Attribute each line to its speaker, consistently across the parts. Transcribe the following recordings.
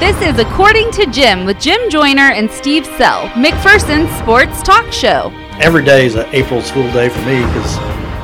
Speaker 1: This is According to Jim with Jim Joyner and Steve Sell, McPherson's sports talk show.
Speaker 2: Every day is an April Fool Day for me because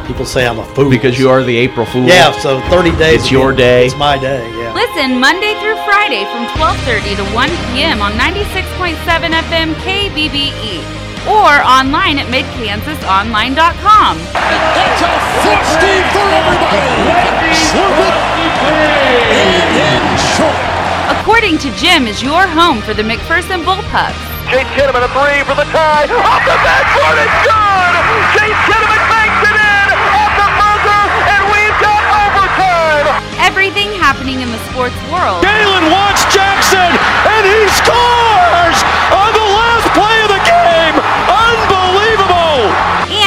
Speaker 2: people say I'm a fool.
Speaker 3: Because you are the April Fool.
Speaker 2: Yeah, so 30 days.
Speaker 3: It's your day.
Speaker 2: It's my day, yeah.
Speaker 1: Listen Monday through Friday from 12:30 to 1 p.m. on 96.7 FM KBBE E or online at midkansasonline.com.
Speaker 4: That's a flush deep for everybody. Slurp it and in short.
Speaker 1: According to Jim is your home for the McPherson Bullpups.
Speaker 5: Jay Kinnaman a three for the tie. Off the backboard, it's good! Jay Kinnaman banks it in off the buzzer, and we've got overtime!
Speaker 1: Everything happening in the sports world.
Speaker 4: Galen wants Jackson, and he scores on the last play of the game. Unbelievable.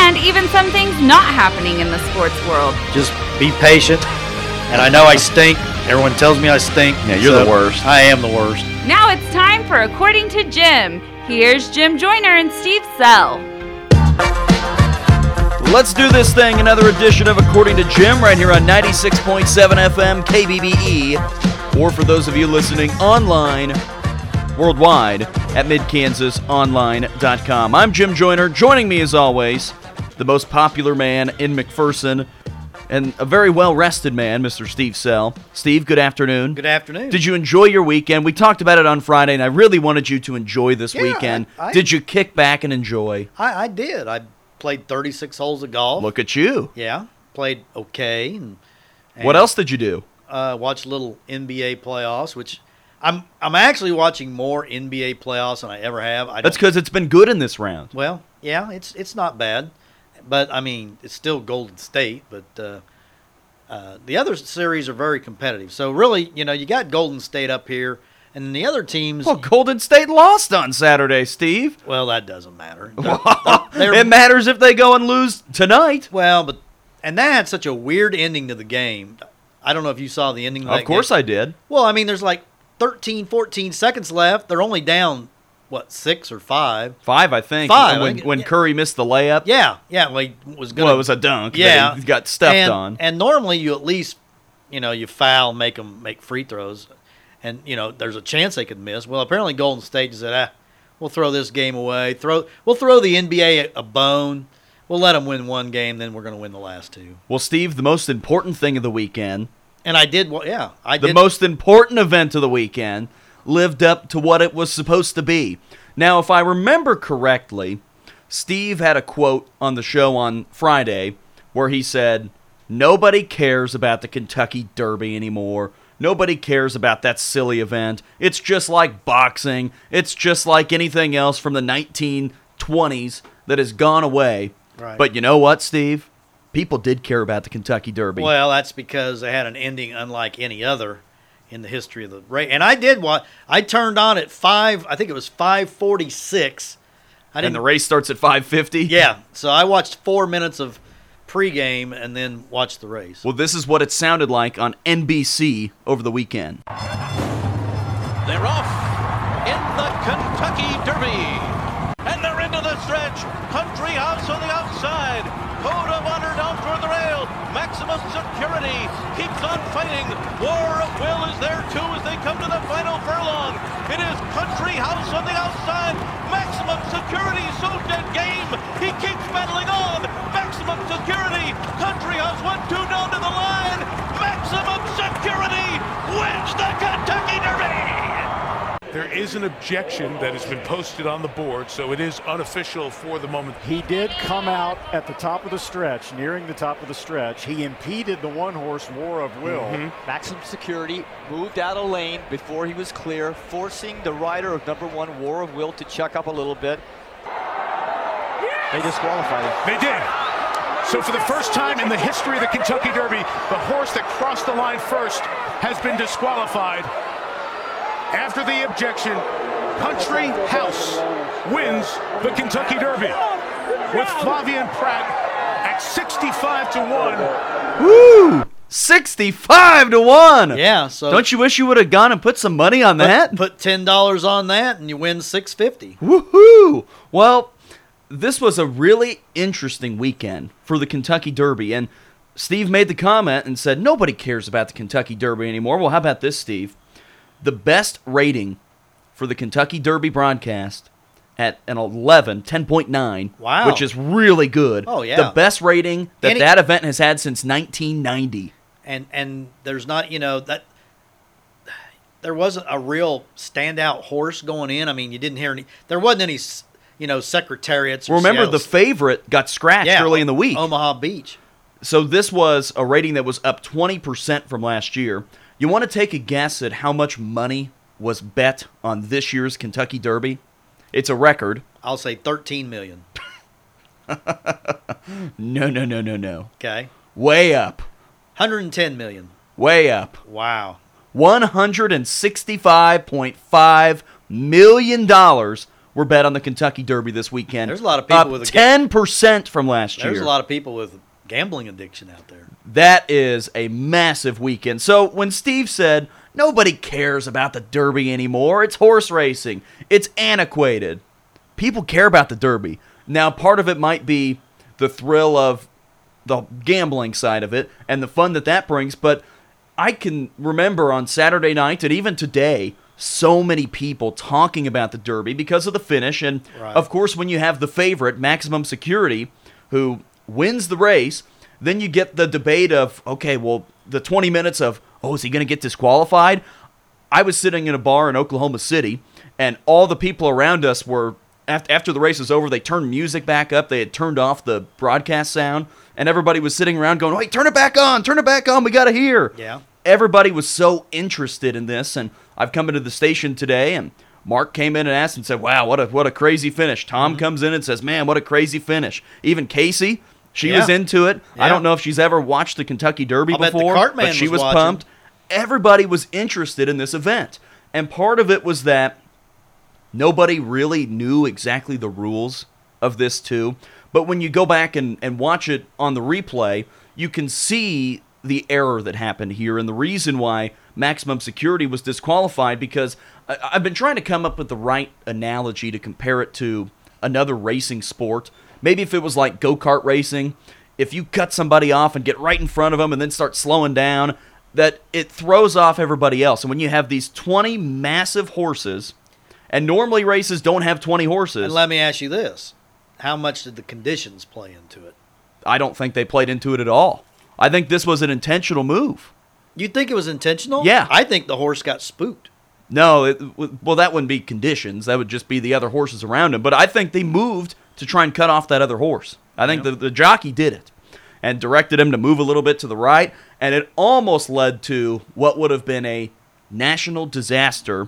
Speaker 1: and even some things not happening in the sports world.
Speaker 2: Just be patient. And I know I stink. Everyone tells me I stink.
Speaker 3: Yeah, you're the worst.
Speaker 2: I am the worst.
Speaker 1: Now it's time for According to Jim. Here's Jim Joyner and Steve Sell.
Speaker 3: Let's do this thing. Another edition of According to Jim right here on 96.7 FM KBBE. E, Or for those of you listening online worldwide at midkansasonline.com. I'm Jim Joyner. Joining me as always, the most popular man in McPherson and a very well rested man, Mr. Steve Sell. Steve, good afternoon.
Speaker 2: Good afternoon.
Speaker 3: Did you enjoy your weekend? We talked about it on Friday, and I really wanted you to enjoy this
Speaker 2: Yeah,
Speaker 3: weekend.
Speaker 2: I-
Speaker 3: Did you kick back and enjoy?
Speaker 2: I, I did. I played 36 holes of golf.
Speaker 3: Look at you.
Speaker 2: Yeah, played okay. And, and,
Speaker 3: What else did you do?
Speaker 2: Uh, watched a little NBA playoffs, which I'm I'm actually watching more NBA playoffs than I ever have. I
Speaker 3: That's
Speaker 2: don't-
Speaker 3: because it's been good in this round.
Speaker 2: Well, yeah, it's it's not bad, but I mean it's still Golden State. But uh, uh, the other series are very competitive. So really, you know, you got Golden State up here, and then the other teams.
Speaker 3: Well, Golden State lost on Saturday, Steve.
Speaker 2: Well, that doesn't matter. Oh,
Speaker 3: it matters if they go and lose tonight.
Speaker 2: well, but and that had such a weird ending to the game. I don't know if you saw the ending. Of, that
Speaker 3: of course
Speaker 2: game.
Speaker 3: I did.
Speaker 2: Well, I mean, there's like 13, 14 seconds left. They're only down what six or five.
Speaker 3: Five, I think.
Speaker 2: Five,
Speaker 3: and
Speaker 2: I
Speaker 3: When,
Speaker 2: think-
Speaker 3: when
Speaker 2: yeah.
Speaker 3: Curry missed the layup.
Speaker 2: Yeah, yeah. Like was gonna.
Speaker 3: Well, it was a dunk. but
Speaker 2: Yeah,
Speaker 3: He got stepped
Speaker 2: and,
Speaker 3: on.
Speaker 2: And normally, you at least, you know, you foul, make them make free throws, and you know, there's a chance they could miss. Well, apparently, Golden State said, "Ah, we'll throw this game away. Throw, we'll throw the NBA a, a bone. We'll let them win one game, then we're going to win the last two.
Speaker 3: well, Steve, the most important thing of the weekend,
Speaker 2: And I did. Well, yeah, I
Speaker 3: the
Speaker 2: did.
Speaker 3: most important event of the weekend, lived up to what it was supposed to be. Now, if I remember correctly, Steve had a quote on the show on Friday where he said, Nobody cares about the Kentucky Derby anymore. Nobody cares about that silly event. It's just like boxing. It's just like anything else from the 1920s that has gone away.
Speaker 2: Right.
Speaker 3: But you know what, Steve? People did care about the Kentucky Derby.
Speaker 2: Well, that's because they had an ending unlike any other in the history of the race. And I did watch. I turned on at five. I think it was five forty-six. I
Speaker 3: and the race starts at 550.
Speaker 2: Yeah, so I watched four minutes of pregame and then watched the race.
Speaker 3: Well, this is what it sounded like on NBC over the weekend.
Speaker 6: They're off in the Kentucky Derby. And they're into the stretch. Country House on the outside. Code of Honor down toward the rail. Maximum Security keeps on fighting. War of Will is there too as they come to the final furlong. It is Country House on the outside. Maximum Security so dead game. He keeps battling on. Maximum Security. Country House one two down to the line. Maximum Security wins the Kentucky Derby.
Speaker 7: There is an objection that has been posted on the board, so it is unofficial for the moment.
Speaker 8: He did come out at the top of the stretch, nearing the top of the stretch. He impeded the one horse War of Will.
Speaker 9: Maximum Security moved out of lane before he was clear, forcing the rider of number one, War of Will, to check up a little bit. They disqualified him.
Speaker 7: They did. So for the first time in the history of the Kentucky Derby, the horse that crossed the line first has been disqualified. After the objection, Country House wins the Kentucky Derby with Flavian Pratt at 65 to 1.
Speaker 3: Woo! 65 to 1.
Speaker 2: Yeah, so
Speaker 3: Don't you wish you would have gone and put some money on that?
Speaker 2: put, put ten dollars on that and you win six fifty.
Speaker 3: Woohoo! Well, this was a really interesting weekend for the Kentucky Derby. And Steve made the comment and said, Nobody cares about the Kentucky Derby anymore. Well, how about this, Steve? the best rating for the Kentucky Derby broadcast at an 11, 10.9,
Speaker 2: Wow.
Speaker 3: which is really good.
Speaker 2: Oh, yeah.
Speaker 3: The best rating that
Speaker 2: Any-
Speaker 3: that event has had since 1990.
Speaker 2: and and there's not you know that there wasn't a real standout horse going in. I mean, you didn't hear any. There wasn't any s- you know secretariats. Or
Speaker 3: Remember, the
Speaker 2: sales.
Speaker 3: favorite got scratched early in the week.
Speaker 2: Omaha Beach.
Speaker 3: So this was a rating that was up 20% from last year. You want to take a guess at how much money was bet on this year's Kentucky Derby? It's a record.
Speaker 2: I'll say 13 million.
Speaker 3: No, no, no, no, no.
Speaker 2: Okay,
Speaker 3: Way up.
Speaker 2: 110 million.
Speaker 3: Way up.
Speaker 2: Wow.
Speaker 3: $165.5 million were bet on the Kentucky Derby this weekend.
Speaker 2: There's a lot of people
Speaker 3: up
Speaker 2: with a-
Speaker 3: 10% from last year.
Speaker 2: There's a lot of people with gambling addiction out there.
Speaker 3: That is a massive weekend. So when Steve said, nobody cares about the Derby anymore, it's horse racing, it's antiquated. People care about the Derby. Now, part of it might be the thrill of the gambling side of it and the fun that that brings, but I can remember on Saturday night and even today, so many people talking about the Derby because of the finish. And
Speaker 2: Right.
Speaker 3: of course, when you have the favorite, Maximum Security, who wins the race, then you get the debate of, okay, well, the 20 minutes of, oh, is he going to get disqualified? I was sitting in a bar in Oklahoma City, and all the people around us were after, after the race was over. They turned music back up. They had turned off the broadcast sound, and everybody was sitting around going, "Wait, turn it back on! Turn it back on! We gotta hear!"
Speaker 2: Yeah.
Speaker 3: Everybody was so interested in this, and I've come into the station today, and Mark came in and asked and said, "Wow, what a what a crazy finish!" Tom
Speaker 2: Mm-hmm.
Speaker 3: comes in and says, "Man, what a crazy finish!" Even Casey, she was
Speaker 2: Yeah.
Speaker 3: into it. I
Speaker 2: Yeah.
Speaker 3: don't know if she's ever watched the Kentucky Derby
Speaker 2: I'll bet the
Speaker 3: before,
Speaker 2: Cartman
Speaker 3: but she
Speaker 2: was
Speaker 3: was
Speaker 2: watching.
Speaker 3: pumped everybody was interested in this event. And part of it was that nobody really knew exactly the rules of this, too. But when you go back and, and watch it on the replay, you can see the error that happened here and the reason why maximum security was disqualified because I, I've been trying to come up with the right analogy to compare it to another racing sport. Maybe if it was like go kart racing, if you cut somebody off and get right in front of them and then start slowing down, that it throws off everybody else. And when you have these 20 massive horses, and normally races don't have 20 horses,
Speaker 2: And let me ask you this: How much did the conditions play into it?
Speaker 3: I don't think they played into it at all. I think this was an intentional move.
Speaker 2: You think it was intentional?
Speaker 3: Yeah.
Speaker 2: I think the horse got spooked.
Speaker 3: No, it, well, that wouldn't be conditions. That would just be the other horses around him. But I think they moved to try and cut off that other horse. I think the, the jockey did it and directed him to move a little bit to the right. And it almost led to what would have been a national disaster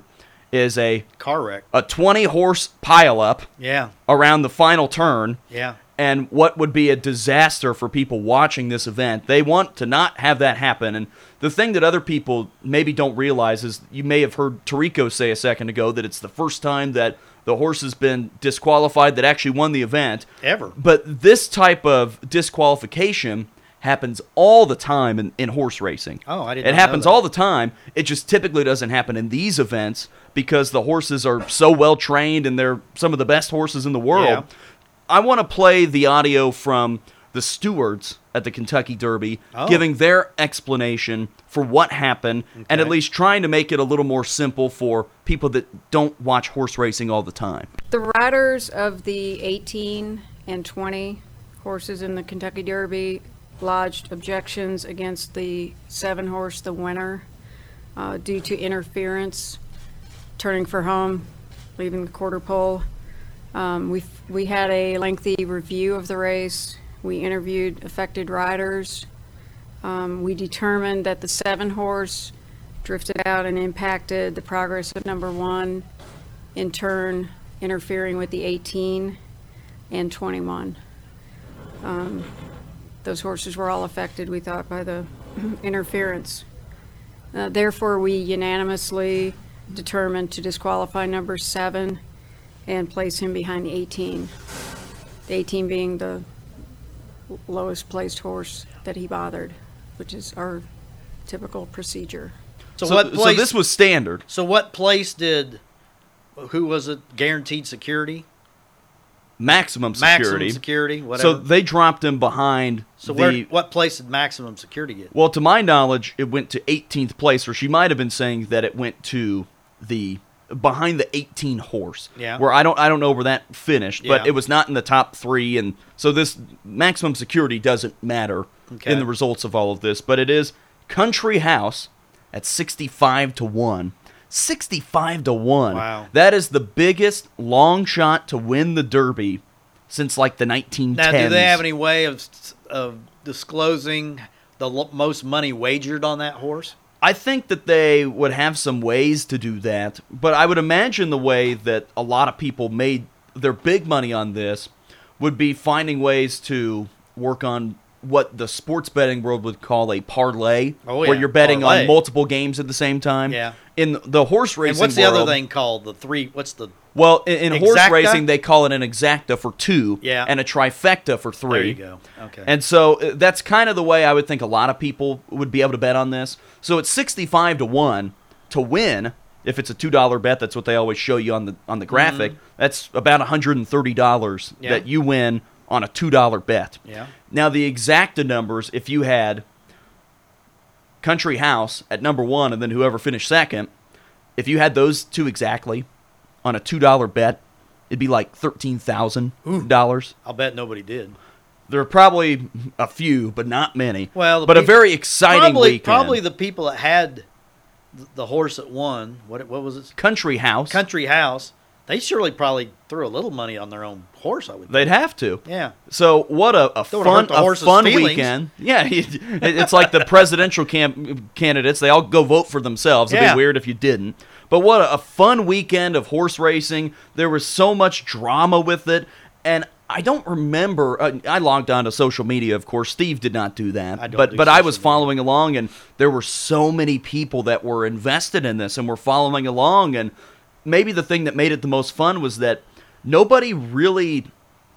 Speaker 3: is a,
Speaker 2: Car wreck.
Speaker 3: a 20 horse pileup
Speaker 2: Yeah.
Speaker 3: around the final turn.
Speaker 2: Yeah.
Speaker 3: And what would be a disaster for people watching this event. They want to not have that happen. And the thing that other people maybe don't realize is you may have heard Tarico say a second ago that it's the first time that the horse has been disqualified that actually won the event.
Speaker 2: Ever.
Speaker 3: But this type of disqualification happens all the time in, in horse racing.
Speaker 2: Oh, I did
Speaker 3: It
Speaker 2: not know
Speaker 3: happens
Speaker 2: that.
Speaker 3: all the time. It just typically doesn't happen in these events because the horses are so well trained and they're some of the best horses in the world.
Speaker 2: Yeah.
Speaker 3: I want to play the audio from the stewards at the Kentucky Derby
Speaker 2: Oh.
Speaker 3: giving their explanation for what happened and at least trying to make it a little more simple for people that don't watch horse racing all the time.
Speaker 10: The riders of the 18 and 20 horses in the Kentucky Derby lodged objections against the seven horse, the winner, uh, due to interference, turning for home, leaving the quarter pole. Um, we, we had a lengthy review of the race. We interviewed affected riders. Um, we determined that the seven horse drifted out and impacted the progress of number one in turn interfering with the 18 and 21. Um, Those horses were all affected, we thought, by the interference. Uh, Therefore, we unanimously determined to disqualify number seven and place him behind the 18. The 18 being the lowest placed horse that he bothered, which is our typical procedure.
Speaker 2: So,
Speaker 3: So,
Speaker 2: what
Speaker 3: so
Speaker 2: place? So,
Speaker 3: this was standard.
Speaker 2: what place did? Who was it? Guaranteed security.
Speaker 3: maximum security.
Speaker 2: Maximum security,
Speaker 3: So
Speaker 2: whatever.
Speaker 3: they dropped him behind
Speaker 2: So
Speaker 3: the.
Speaker 2: where, what place did maximum security get?
Speaker 3: well, to my knowledge, it went to 18th place, or she might have been saying that it went to the behind the 18 horse.
Speaker 2: Yeah.
Speaker 3: Where I don't I don't know where that finished, but
Speaker 2: Yeah.
Speaker 3: it was not in the top three, and so this maximum security doesn't matter
Speaker 2: Okay.
Speaker 3: in the results of all of this, but it is Country House at 65 to one. 65 to 1.
Speaker 2: Wow.
Speaker 3: That is the biggest long shot to win the Derby since like the 1910s.
Speaker 2: Now, do they have any way of of disclosing the lo- most money wagered on that horse?
Speaker 3: I think that they would have some ways to do that, but I would imagine the way that a lot of people made their big money on this would be finding ways to work on what the sports betting world would call a parlay,
Speaker 2: Oh,
Speaker 3: where
Speaker 2: yeah,
Speaker 3: you're betting on
Speaker 2: parlay.
Speaker 3: multiple games at the same time.
Speaker 2: Yeah.
Speaker 3: In the horse racing,
Speaker 2: And what's the
Speaker 3: world-
Speaker 2: other thing called? The three? What's the?
Speaker 3: Well, in, in horse
Speaker 2: Exacta?
Speaker 3: racing, they call it an exacta for two,
Speaker 2: Yeah.
Speaker 3: and a trifecta for three.
Speaker 2: There you go. Okay.
Speaker 3: And so uh, that's kind of the way I would think a lot of people would be able to bet on this. So it's sixty-five to one to win. If it's a two-dollar bet, that's what they always show you on the on the graphic. That's about one hundred and thirty dollars
Speaker 2: Mm-hmm. Yeah.
Speaker 3: that you win on a two-dollar bet.
Speaker 2: Yeah.
Speaker 3: Now the exacta numbers, if you had Country House at number one, and then whoever finished second, if you had those two exactly on a two dollar bet, it'd be like thirteen thousand dollars.
Speaker 2: I'll bet nobody did.
Speaker 3: There are probably a few, but not many.
Speaker 2: Well, the
Speaker 3: but a
Speaker 2: peop-
Speaker 3: very exciting
Speaker 2: probably,
Speaker 3: weekend.
Speaker 2: Probably the people that had th- the horse that won. What what was it?
Speaker 3: Country House.
Speaker 2: Country House. They surely probably threw a little money on their own horse. I would. think.
Speaker 3: They'd have to.
Speaker 2: Yeah.
Speaker 3: So what a, a
Speaker 2: would've
Speaker 3: fun
Speaker 2: hurt the
Speaker 3: a
Speaker 2: horse's
Speaker 3: fun
Speaker 2: feelings.
Speaker 3: weekend. Yeah, it- it's like the presidential cam- candidates. They all go vote for themselves. It'd
Speaker 2: Yeah.
Speaker 3: be weird if you didn't. But what a, a fun weekend of horse racing. There was so much drama with it, and I don't remember. Uh, I logged onto social media, of course. Steve did not do that,
Speaker 2: I don't
Speaker 3: but
Speaker 2: do
Speaker 3: but I
Speaker 2: social
Speaker 3: was
Speaker 2: media.
Speaker 3: following along, and there were so many people that were invested in this and were following along. And maybe the thing that made it the most fun was that nobody really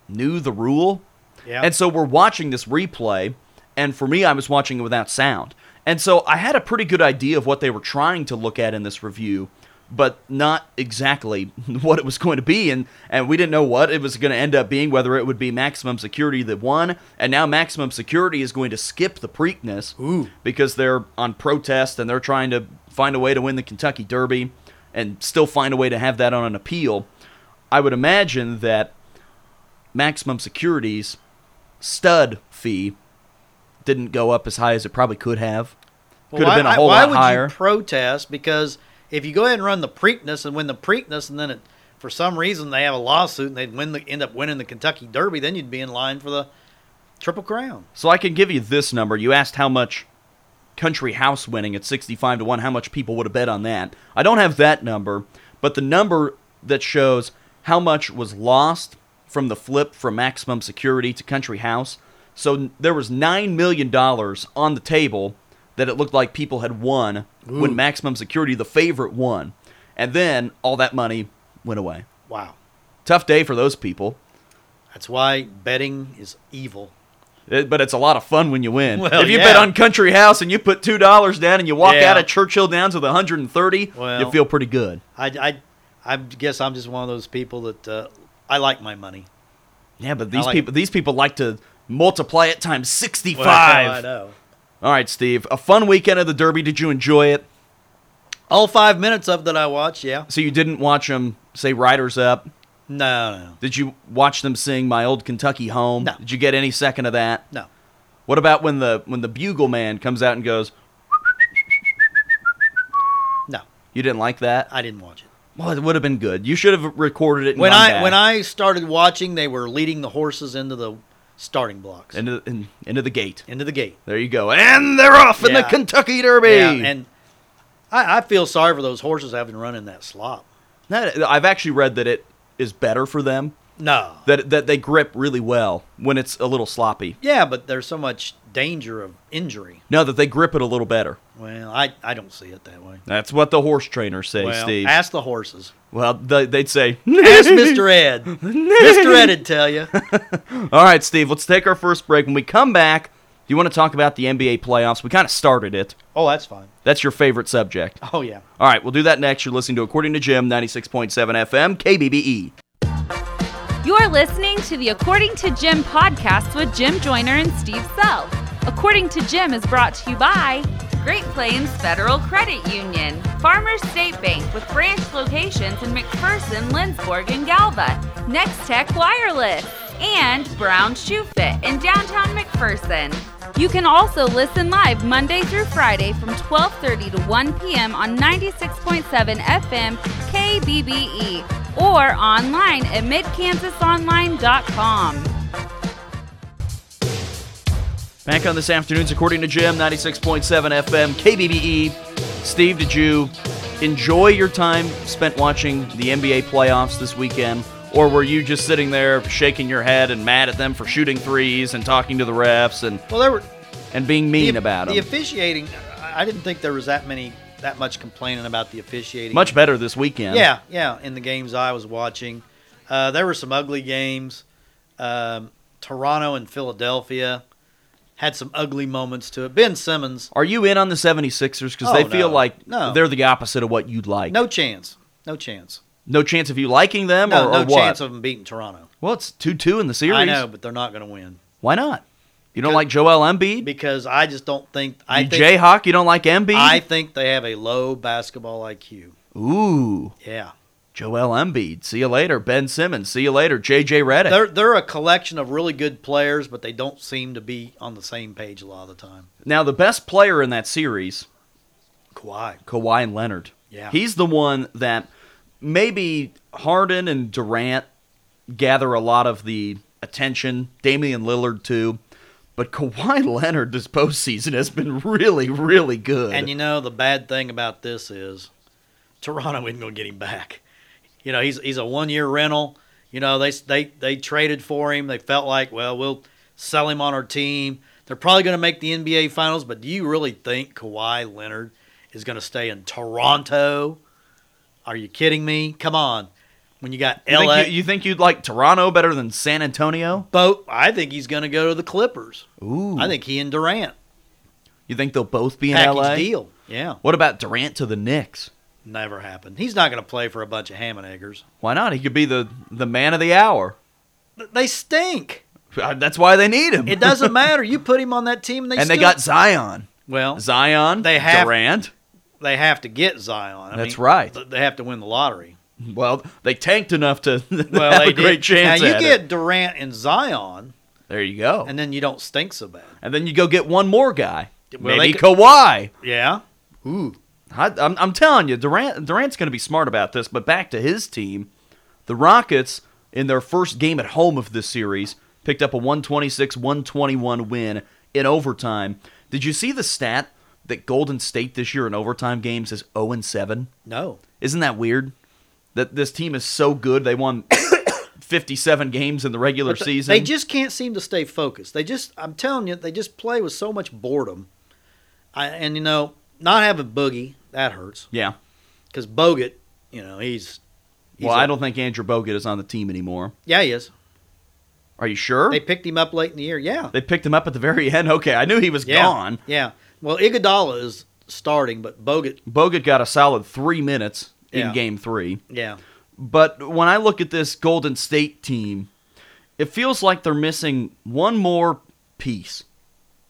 Speaker 3: knew the rule.
Speaker 2: Yeah.
Speaker 3: And so we're watching this replay, and for me, I was watching it without sound. And so I had a pretty good idea of what they were trying to look at in this review, but not exactly what it was going to be. And, and we didn't know what it was going to end up being, whether it would be Maximum Security that won. And now Maximum Security is going to skip the Preakness because they're on protest and they're trying to find a way to win the Kentucky Derby and still find a way to have that on an appeal. I would imagine that maximum securities stud fee didn't go up as high as it probably could have.
Speaker 2: Well,
Speaker 3: could have been a whole
Speaker 2: why
Speaker 3: lot
Speaker 2: would
Speaker 3: higher.
Speaker 2: you protest? Because if you go ahead and run the Preakness and win the Preakness, and then it, for some reason they have a lawsuit and they win the, end up winning the Kentucky Derby, then you'd be in line for the Triple Crown.
Speaker 3: so I can give you this number. You asked how much country house winning at 65 to 1 how much people would have bet on that. I don't have that number, but the number that shows how much was lost from the flip from maximum security to country house. So n- there was 9 million dollars on the table that it looked like people had won when maximum security the favorite won. And then all that money went away.
Speaker 2: Wow,
Speaker 3: Tough day for those people.
Speaker 2: that's why betting is evil.
Speaker 3: It- but it's a lot of fun when you win.
Speaker 2: Well,
Speaker 3: if you
Speaker 2: yeah.
Speaker 3: bet on Country House and you put two dollars down and you walk
Speaker 2: Yeah.
Speaker 3: out of Churchill Downs with 130, you
Speaker 2: Well.
Speaker 3: feel pretty good.
Speaker 2: I, I, I guess I'm just one of those people that uh, I like my money.
Speaker 3: Yeah, but these
Speaker 2: like-
Speaker 3: people these people like to multiply it times
Speaker 2: Well,
Speaker 3: 65.
Speaker 2: I know.
Speaker 3: All right, Steve. A fun weekend of the Derby. Did you enjoy it?
Speaker 2: All five minutes of that I watch, yeah.
Speaker 3: So you didn't watch them say Riders Up.
Speaker 2: No, no,
Speaker 3: Did you watch them sing My Old Kentucky Home?
Speaker 2: No.
Speaker 3: Did you get any second of that?
Speaker 2: no.
Speaker 3: What about when the when the bugle man comes out and goes,
Speaker 2: No,
Speaker 3: "You didn't like that?"
Speaker 2: I didn't watch it.
Speaker 3: well, it would have been good. You should have recorded it. and
Speaker 2: When
Speaker 3: gone
Speaker 2: I
Speaker 3: back.
Speaker 2: when I started watching, they were leading the horses into the starting blocks,
Speaker 3: into the, in, into the gate.
Speaker 2: into the gate.
Speaker 3: There you go, and they're off in the
Speaker 2: Yeah.
Speaker 3: Kentucky Derby.
Speaker 2: Yeah, and I, I feel sorry for those horses having to run in that slop.
Speaker 3: That- I've actually read that it is better for them
Speaker 2: No.
Speaker 3: that that they grip really well when it's a little sloppy.
Speaker 2: Yeah, but there's so much danger of injury.
Speaker 3: No, that they grip it a little better.
Speaker 2: Well, I, I don't see it that way.
Speaker 3: That's what the horse trainers say,
Speaker 2: Well,
Speaker 3: Steve.
Speaker 2: ask the horses.
Speaker 3: well, they, they'd say,
Speaker 2: Ask Mr. Ed. Mr. Ed would tell you.
Speaker 3: "All right, Steve, let's take our first break. When we come back, do you want to talk about the NBA playoffs? We kind of started it.
Speaker 2: Oh, that's fine.
Speaker 3: That's your favorite subject.
Speaker 2: Oh, yeah.
Speaker 3: All E. right, we'll do that next. You're listening to According to Jim, 96.7 FM, KBBE.
Speaker 1: You're listening to the According to Jim podcast with Jim Joyner and Steve Self. According to Jim is brought to you by Great Plains Federal Credit Union, Farmers State Bank with branch locations in McPherson, Lindsborg, and Galva, Nextech Wireless, and Brown Shoe Fit in downtown McPherson. You can also listen live Monday through Friday from 12:30 to 1 p.m. on 96.7 FM KBBE E or online at midkansasonline.com.
Speaker 3: Back on this afternoon's According to Jim, 96.7 FM, KBBE. E. Steve, did you enjoy your time spent watching the NBA playoffs this weekend? Or were you just sitting there shaking your head and mad at them for shooting threes and talking to the refs and,
Speaker 2: Well, there were
Speaker 3: and being mean
Speaker 2: the,
Speaker 3: about
Speaker 2: The
Speaker 3: them?
Speaker 2: officiating, I I didn't think there was that many, that much complaining about the officiating.
Speaker 3: Much better this weekend.
Speaker 2: Yeah, yeah. In the games I was watching, uh, there were some ugly games. Um, Toronto and Philadelphia had some ugly moments to it. Ben Simmons,
Speaker 3: Are you in on the 76ers? Because they
Speaker 2: Oh,
Speaker 3: feel
Speaker 2: no.
Speaker 3: like
Speaker 2: No.
Speaker 3: they're the opposite of what you'd like.
Speaker 2: no chance, no chance,
Speaker 3: No chance of you liking them
Speaker 2: no,
Speaker 3: or,
Speaker 2: no
Speaker 3: or what?
Speaker 2: chance of them beating Toronto.
Speaker 3: well, it's 2 2 in the series.
Speaker 2: I know, but they're not going to win
Speaker 3: Why not? You don't like Joel Embiid?
Speaker 2: because I just don't think. I
Speaker 3: you
Speaker 2: think,
Speaker 3: Jayhawk, you don't like Embiid?
Speaker 2: I think they have a low basketball IQ.
Speaker 3: Ooh.
Speaker 2: Yeah,
Speaker 3: Joel Embiid, see you later. Ben Simmons, see you later. JJ Redick.
Speaker 2: they're they're a collection of really good players, but they don't seem to be on the same page a lot of the time.
Speaker 3: now the best player in that series,
Speaker 2: Kawhi,
Speaker 3: Kawhi Leonard.
Speaker 2: Yeah.
Speaker 3: He's the one that maybe Harden and Durant gather a lot of the attention. Damian Lillard too. But Kawhi Leonard this postseason has been really, really good.
Speaker 2: And you know the bad thing about this is Toronto isn't going to get him back. You know he's he's a one year rental. You know they they they traded for him. They felt like well we'll sell him on our team. They're probably going to make the NBA finals. But do you really think Kawhi Leonard is going to stay in Toronto? Are you kidding me? Come on. When you got
Speaker 3: You think
Speaker 2: LA,
Speaker 3: you- you think you'd like Toronto better than San Antonio?
Speaker 2: both, I think he's going to go to the Clippers.
Speaker 3: Ooh.
Speaker 2: I think he and Durant
Speaker 3: you think they'll both be in
Speaker 2: package
Speaker 3: LA?
Speaker 2: deal. Yeah,
Speaker 3: What about Durant to the Knicks?
Speaker 2: never happened. He's not going to play for a bunch of ham and eggers.
Speaker 3: Why not? He could be the, the man of the hour.
Speaker 2: They stink.
Speaker 3: Uh, That's why they need him.
Speaker 2: It doesn't matter. You put him on that team, and they
Speaker 3: and they
Speaker 2: still-
Speaker 3: got Zion.
Speaker 2: well.
Speaker 3: Zion.
Speaker 2: They have-
Speaker 3: Durant.
Speaker 2: They have to get Zion. I
Speaker 3: That's
Speaker 2: mean,
Speaker 3: right.
Speaker 2: th- They have to win the lottery.
Speaker 3: Well, they tanked enough to
Speaker 2: Well,
Speaker 3: have
Speaker 2: they
Speaker 3: a great
Speaker 2: did.
Speaker 3: chance.
Speaker 2: Now you
Speaker 3: at
Speaker 2: get
Speaker 3: it.
Speaker 2: Durant and Zion,
Speaker 3: there. You go, and,
Speaker 2: and then you don't stink so bad.
Speaker 3: then you go get one more guy.
Speaker 2: Well,
Speaker 3: Maybe
Speaker 2: they could-
Speaker 3: Kawhi.
Speaker 2: Yeah. Ooh.
Speaker 3: I, I'm, I'm telling you, Durant Durant's going to be smart about this. But back to his team, the Rockets in their first game at home of this series picked up a 126-121 win in overtime. Did you see the stat that Golden State this year in overtime games is 0 and 7?
Speaker 2: No.
Speaker 3: Isn't that weird? That this team is so good they won 57 games in the regular season.
Speaker 2: They just can't seem to stay focused. They just, I'm telling you, they just play with so much boredom. I, and you know, not having Boogie that hurts
Speaker 3: yeah.
Speaker 2: because Bogut, you know, he's, he's
Speaker 3: Well,
Speaker 2: I
Speaker 3: I I don't think Andrew Bogut is on the team anymore.
Speaker 2: yeah, he is.
Speaker 3: Are you sure?
Speaker 2: They picked him up late in the year. Yeah.
Speaker 3: They picked him up at the very end. Okay, I knew he was
Speaker 2: Yeah.
Speaker 3: gone.
Speaker 2: Yeah. Well, Iguodala is starting, but Bogut.
Speaker 3: Bogut got a solid three minutes in
Speaker 2: Yeah.
Speaker 3: game three.
Speaker 2: Yeah.
Speaker 3: But when I look at this Golden State team, it feels like they're missing one more piece.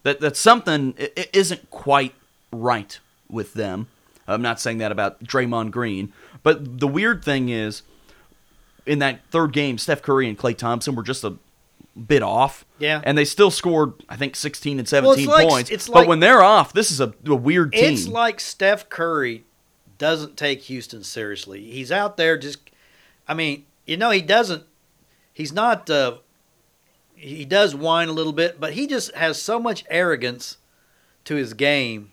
Speaker 3: That that something i- i- isn't quite right with them. I'm not saying that about Draymond Green, but the weird thing is, in that third game, Steph Curry and Klay Thompson were just a bit off.
Speaker 2: Yeah.
Speaker 3: and they still scored, I think, 16 and 17
Speaker 2: like-
Speaker 3: points.
Speaker 2: it's
Speaker 3: but
Speaker 2: like-
Speaker 3: when they're off, this is a, a weird team.
Speaker 2: It's like Steph Curry doesn't take Houston seriously. He's out there just, I mean, you know, he doesn't, he's not, uh, he does whine a little bit, but he just has so much arrogance to his game.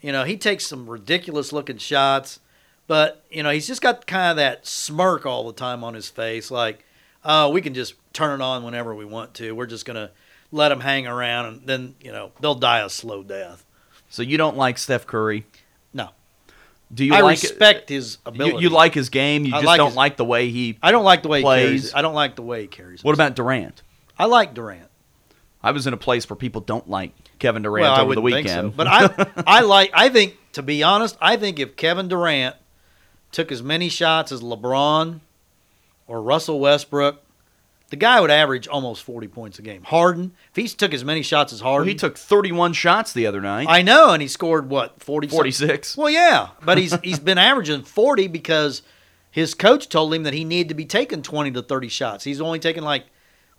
Speaker 2: You know, he takes some ridiculous looking shots, but, you know, he's just got kind of that smirk all the time on his face like, oh, we can just turn it on whenever we want to. We're just going to let them hang around and then, you know, they'll die a slow death.
Speaker 3: so you don't like Steph Curry?
Speaker 2: No.
Speaker 3: Do you
Speaker 2: I
Speaker 3: like uh,
Speaker 2: respect his ability.
Speaker 3: You, you like his game. You
Speaker 2: I
Speaker 3: just
Speaker 2: like
Speaker 3: don't
Speaker 2: his-
Speaker 3: like the way he.
Speaker 2: I don't like the way he carries.
Speaker 3: plays.
Speaker 2: it. I don't like the way he carries. it.
Speaker 3: What about Durant?
Speaker 2: I like Durant.
Speaker 3: I was in a place where people don't like Kevin Durant
Speaker 2: well, I
Speaker 3: over the
Speaker 2: wouldn't
Speaker 3: weekend.
Speaker 2: think so. But I, I like. I think to be honest, I think if Kevin Durant took as many shots as LeBron or Russell Westbrook, the guy would average almost 40 points a game. Harden, if he took as many shots as Harden,
Speaker 3: Well, he took 31 shots the other night.
Speaker 2: I know, and he scored what 40 some-
Speaker 3: 46.
Speaker 2: Well, yeah, but he's he's been averaging 40 because his coach told him that he needed to be taking 20 to 30 shots. He's only taking like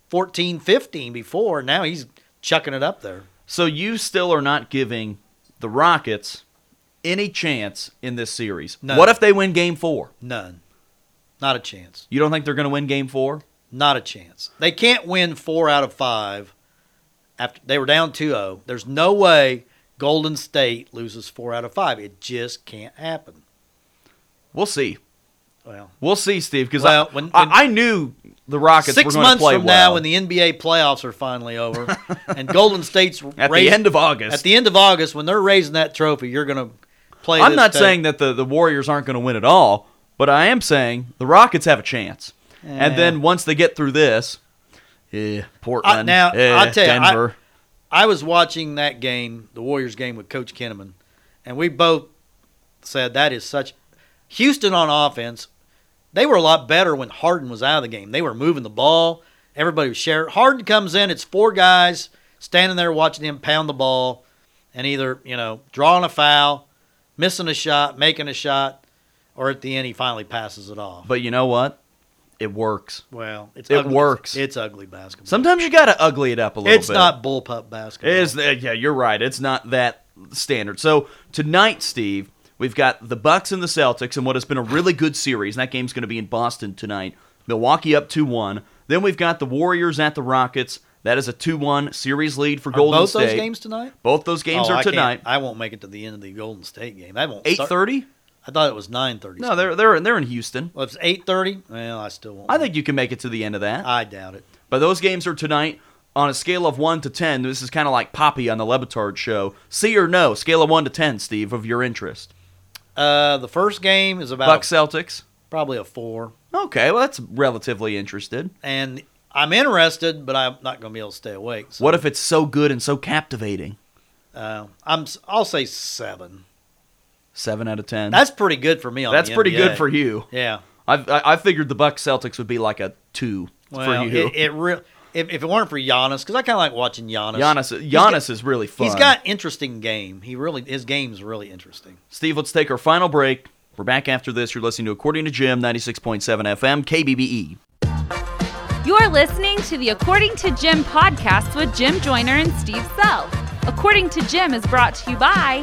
Speaker 2: 14, 15 before. Now he's chucking it up there.
Speaker 3: So you still are not giving the Rockets any chance in this series.
Speaker 2: No.
Speaker 3: What if they win game four?
Speaker 2: None. Not a chance.
Speaker 3: You don't think they're going to win game four?
Speaker 2: Not a chance. They can't win 4 out of 5 after they were down 2-0. There's no way Golden State loses 4 out of 5. It just can't happen.
Speaker 3: We'll see.
Speaker 2: Well,
Speaker 3: We'll see, Steve, because
Speaker 2: Well,
Speaker 3: I,
Speaker 2: when-
Speaker 3: I,
Speaker 2: when-
Speaker 3: I knew the Rockets were
Speaker 2: Six
Speaker 3: going to
Speaker 2: months
Speaker 3: play
Speaker 2: from
Speaker 3: well.
Speaker 2: now, when the NBA playoffs are finally over, and Golden State's
Speaker 3: at
Speaker 2: raised-
Speaker 3: the end of August.
Speaker 2: at the end of August, when they're raising that trophy, you're going to play.
Speaker 3: I'm
Speaker 2: this
Speaker 3: not
Speaker 2: tape.
Speaker 3: saying that the, the Warriors aren't going to win at all, but I am saying the Rockets have a chance. And then once they get through this, eh, Portland,
Speaker 2: now,
Speaker 3: eh,
Speaker 2: I'll tell you, I-
Speaker 3: Denver.
Speaker 2: I was watching that game, the Warriors game with Coach Kinnaman, and we both said that is such. Houston on offense, they were a lot better when Harden was out of the game. They were moving the ball. Everybody was sharing. Harden comes in, it's four guys standing there watching him pound the ball and either, you know, drawing a foul, missing a shot, making a shot, or at the end he finally passes it off.
Speaker 3: but you know what? It works.
Speaker 2: well, it's
Speaker 3: it
Speaker 2: ugly.
Speaker 3: works.
Speaker 2: It's ugly basketball.
Speaker 3: Sometimes you got to ugly it up a little
Speaker 2: it's
Speaker 3: bit.
Speaker 2: not bullpup basketball.
Speaker 3: Is that uh, yeah, you're right. It's not that standard. So tonight, Steve, we've got the Bucks and the Celtics and what has been a really good series. And that game's going to be in Boston tonight. Milwaukee up 2-1. Then we've got the Warriors at the Rockets. That is a 2-1 series lead for
Speaker 2: Are
Speaker 3: Golden
Speaker 2: both
Speaker 3: State.
Speaker 2: those games tonight?
Speaker 3: Both those games
Speaker 2: Oh,
Speaker 3: are
Speaker 2: I can't-
Speaker 3: tonight.
Speaker 2: I won't make it to the end of the Golden State game. That won't.
Speaker 3: Eight
Speaker 2: start-
Speaker 3: thirty?
Speaker 2: I thought it was nine thirty.
Speaker 3: No, they're they're they're in Houston.
Speaker 2: Well, if it's eight thirty, well, I still won't.
Speaker 3: I think you can make it to the end of that.
Speaker 2: I doubt it.
Speaker 3: But those games are tonight. On a scale of one to ten, this is kind of like Poppy on the Levitard show. See or no? Scale of one to ten, Steve, of your interest.
Speaker 2: Uh, the first game is about
Speaker 3: Bucks Celtics.
Speaker 2: probably a four,
Speaker 3: Okay, well that's relatively interested.
Speaker 2: and I'm interested, but I'm not going to be able to stay awake. So,
Speaker 3: What if it's so good and so captivating?
Speaker 2: Uh, I'm. s- I'll say seven.
Speaker 3: Seven out of ten.
Speaker 2: That's pretty good for me. On
Speaker 3: That's
Speaker 2: the
Speaker 3: pretty
Speaker 2: NBA.
Speaker 3: good for you.
Speaker 2: Yeah.
Speaker 3: I've, I I figured the Bucks Celtics would be like a two
Speaker 2: Well,
Speaker 3: for you.
Speaker 2: it, it real. If, if it weren't for Giannis, because I kind of like watching Giannis.
Speaker 3: Giannis
Speaker 2: He's
Speaker 3: Giannis
Speaker 2: got-
Speaker 3: is really fun.
Speaker 2: He's got interesting game. He really his game's really interesting.
Speaker 3: Steve, let's take our final break. We're back after this. You're listening to According to Jim, 96.7 FM, KBBE.
Speaker 1: You're listening to the According to Jim podcast with Jim Joyner and Steve Self. According to Jim is brought to you by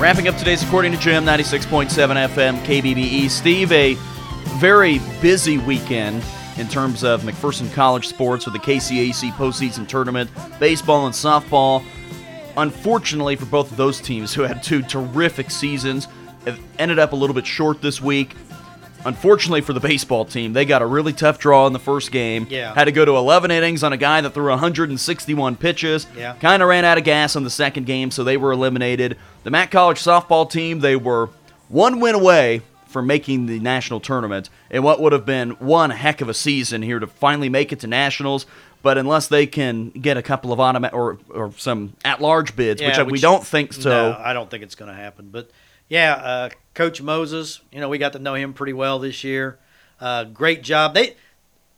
Speaker 3: Wrapping up today's According to Jim, 96.7 FM, KBBE. E. Steve, a very busy weekend in terms of McPherson College sports with the KCAC postseason tournament, baseball and softball. Unfortunately for both of those teams, who had two terrific seasons, have ended up a little bit short this week. Unfortunately for the baseball team, they got a really tough draw in the first game.
Speaker 2: Yeah.
Speaker 3: Had to go to 11 innings on a guy that threw 161 pitches.
Speaker 2: Yeah.
Speaker 3: Kind of ran out of gas on the second game, so they were eliminated. The Matt College softball team, they were one win away from making the national tournament in what would have been one heck of a season here to finally make it to nationals. But unless they can get a couple of automatic or, or some at large bids, which,
Speaker 2: Yeah,
Speaker 3: I- we don't think so.
Speaker 2: No, I don't think it's going to happen. But yeah, uh, Coach Moses, you know, we got to know him pretty well this year. Uh, great job. They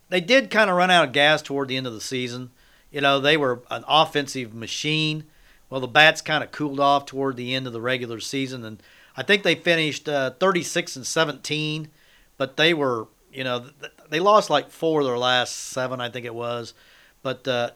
Speaker 2: they did kind of run out of gas toward the end of the season. You know, they were an offensive machine. Well, the bats kind of cooled off toward the end of the regular season, and I think they finished uh, 36 and 17. But they were, you know, th- th- they lost like four of their last seven, I think it was. But uh,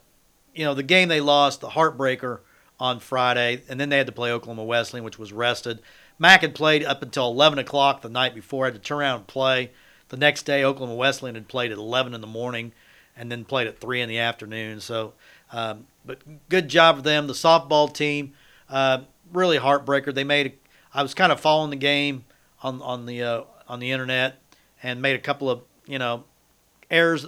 Speaker 2: you know, the game they lost, the heartbreaker on Friday, and then they had to play Oklahoma Wesleyan, which was rested. Mack had played up until 11 o'clock the night before, had to turn around and play. The next day, Oklahoma Wesleyan had played at 11 in the morning and then played at 3 in the afternoon. So, um, but good job for them. The softball team, uh, really heartbreaker. They made, a, I was kind of following the game on, on, the, uh, on the internet and made a couple of, you know, errors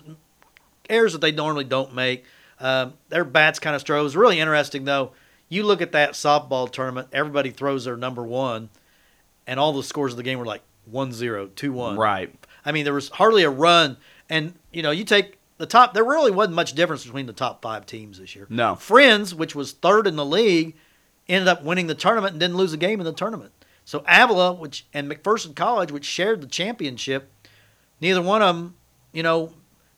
Speaker 2: errors that they normally don't make. Um, their bats kind of strove. It was really interesting though. You look at that softball tournament. Everybody throws their number one, and all the scores of the game were like 1-0, 2-1.
Speaker 3: Right.
Speaker 2: I mean, there was hardly a run, and you know, you take the top. There really wasn't much difference between the top five teams this year.
Speaker 3: No.
Speaker 2: Friends, which was third in the league, ended up winning the tournament and didn't lose a game in the tournament. So Avila, which and McPherson College, which shared the championship, neither one of them, you know,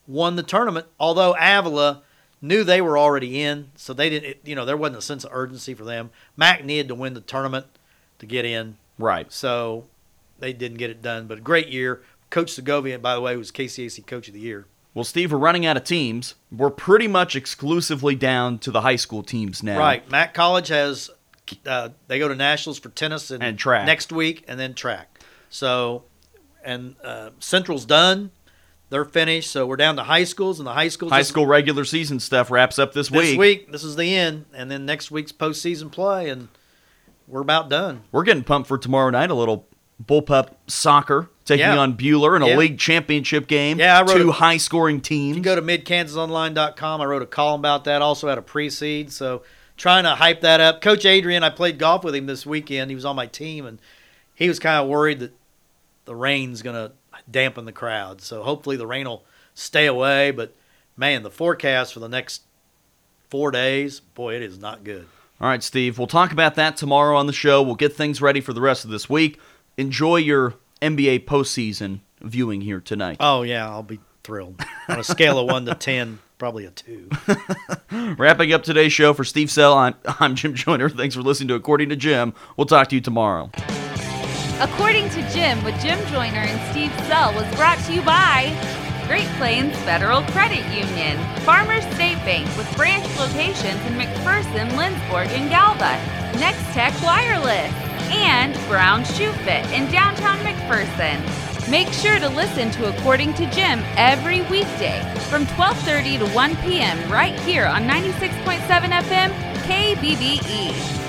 Speaker 2: won the tournament. Although Avila knew they were already in, so they didn't. It, you know, there wasn't a sense of urgency for them. Mac needed to win the tournament to get in.
Speaker 3: Right.
Speaker 2: So they didn't get it done, but a great year. Coach Segovia, by the way, was KCAC Coach of the Year.
Speaker 3: Well, Steve, we're running out of teams. We're pretty much exclusively down to the high school teams now.
Speaker 2: Right. Mac College has, uh, they go to nationals for tennis and,
Speaker 3: And track.
Speaker 2: next week and then track. So, and uh, Central's done. They're finished. So we're down to high schools and the high schools.
Speaker 3: High
Speaker 2: this-
Speaker 3: school regular season stuff wraps up this,
Speaker 2: This
Speaker 3: week.
Speaker 2: week, this is the end. And then next week's postseason play, and we're about done.
Speaker 3: We're getting pumped for tomorrow night. A little bullpup soccer taking
Speaker 2: Yeah.
Speaker 3: on Bueller in a
Speaker 2: Yeah.
Speaker 3: league championship game.
Speaker 2: Yeah, I wrote
Speaker 3: two
Speaker 2: a-
Speaker 3: high scoring teams.
Speaker 2: You can go to midkansasonline.com. I wrote a column about that. Also had a pre-seed, so trying to hype that up. Coach Adrian, I played golf with him this weekend. He was on my team, and he was kind of worried that the rain's going to dampen the crowd. So hopefully the rain will stay away. But man, the forecast for the next four days, boy, it is not good.
Speaker 3: All right, Steve. We'll talk about that tomorrow on the show. We'll get things ready for the rest of this week. Enjoy your NBA postseason viewing here tonight.
Speaker 2: Oh yeah, I'll be thrilled. On a scale of one to ten, probably a two. Um,
Speaker 3: Wrapping up today's show for Steve Sell, I'm, I'm Jim Joyner. Thanks for listening to According to Jim. We'll talk to you tomorrow.
Speaker 1: According to Jim, with Jim Joyner and Steve Sell was brought to you by Great Plains Federal Credit Union, Farmers State Bank with branch locations in McPherson, Lindsborg, and Galva, Next Tech Wireless, and Brown Shoe Fit in downtown McPherson. Make sure to listen to According to Jim every weekday from 12:30 to 1 p.m. right here on 96.7 FM KBBE.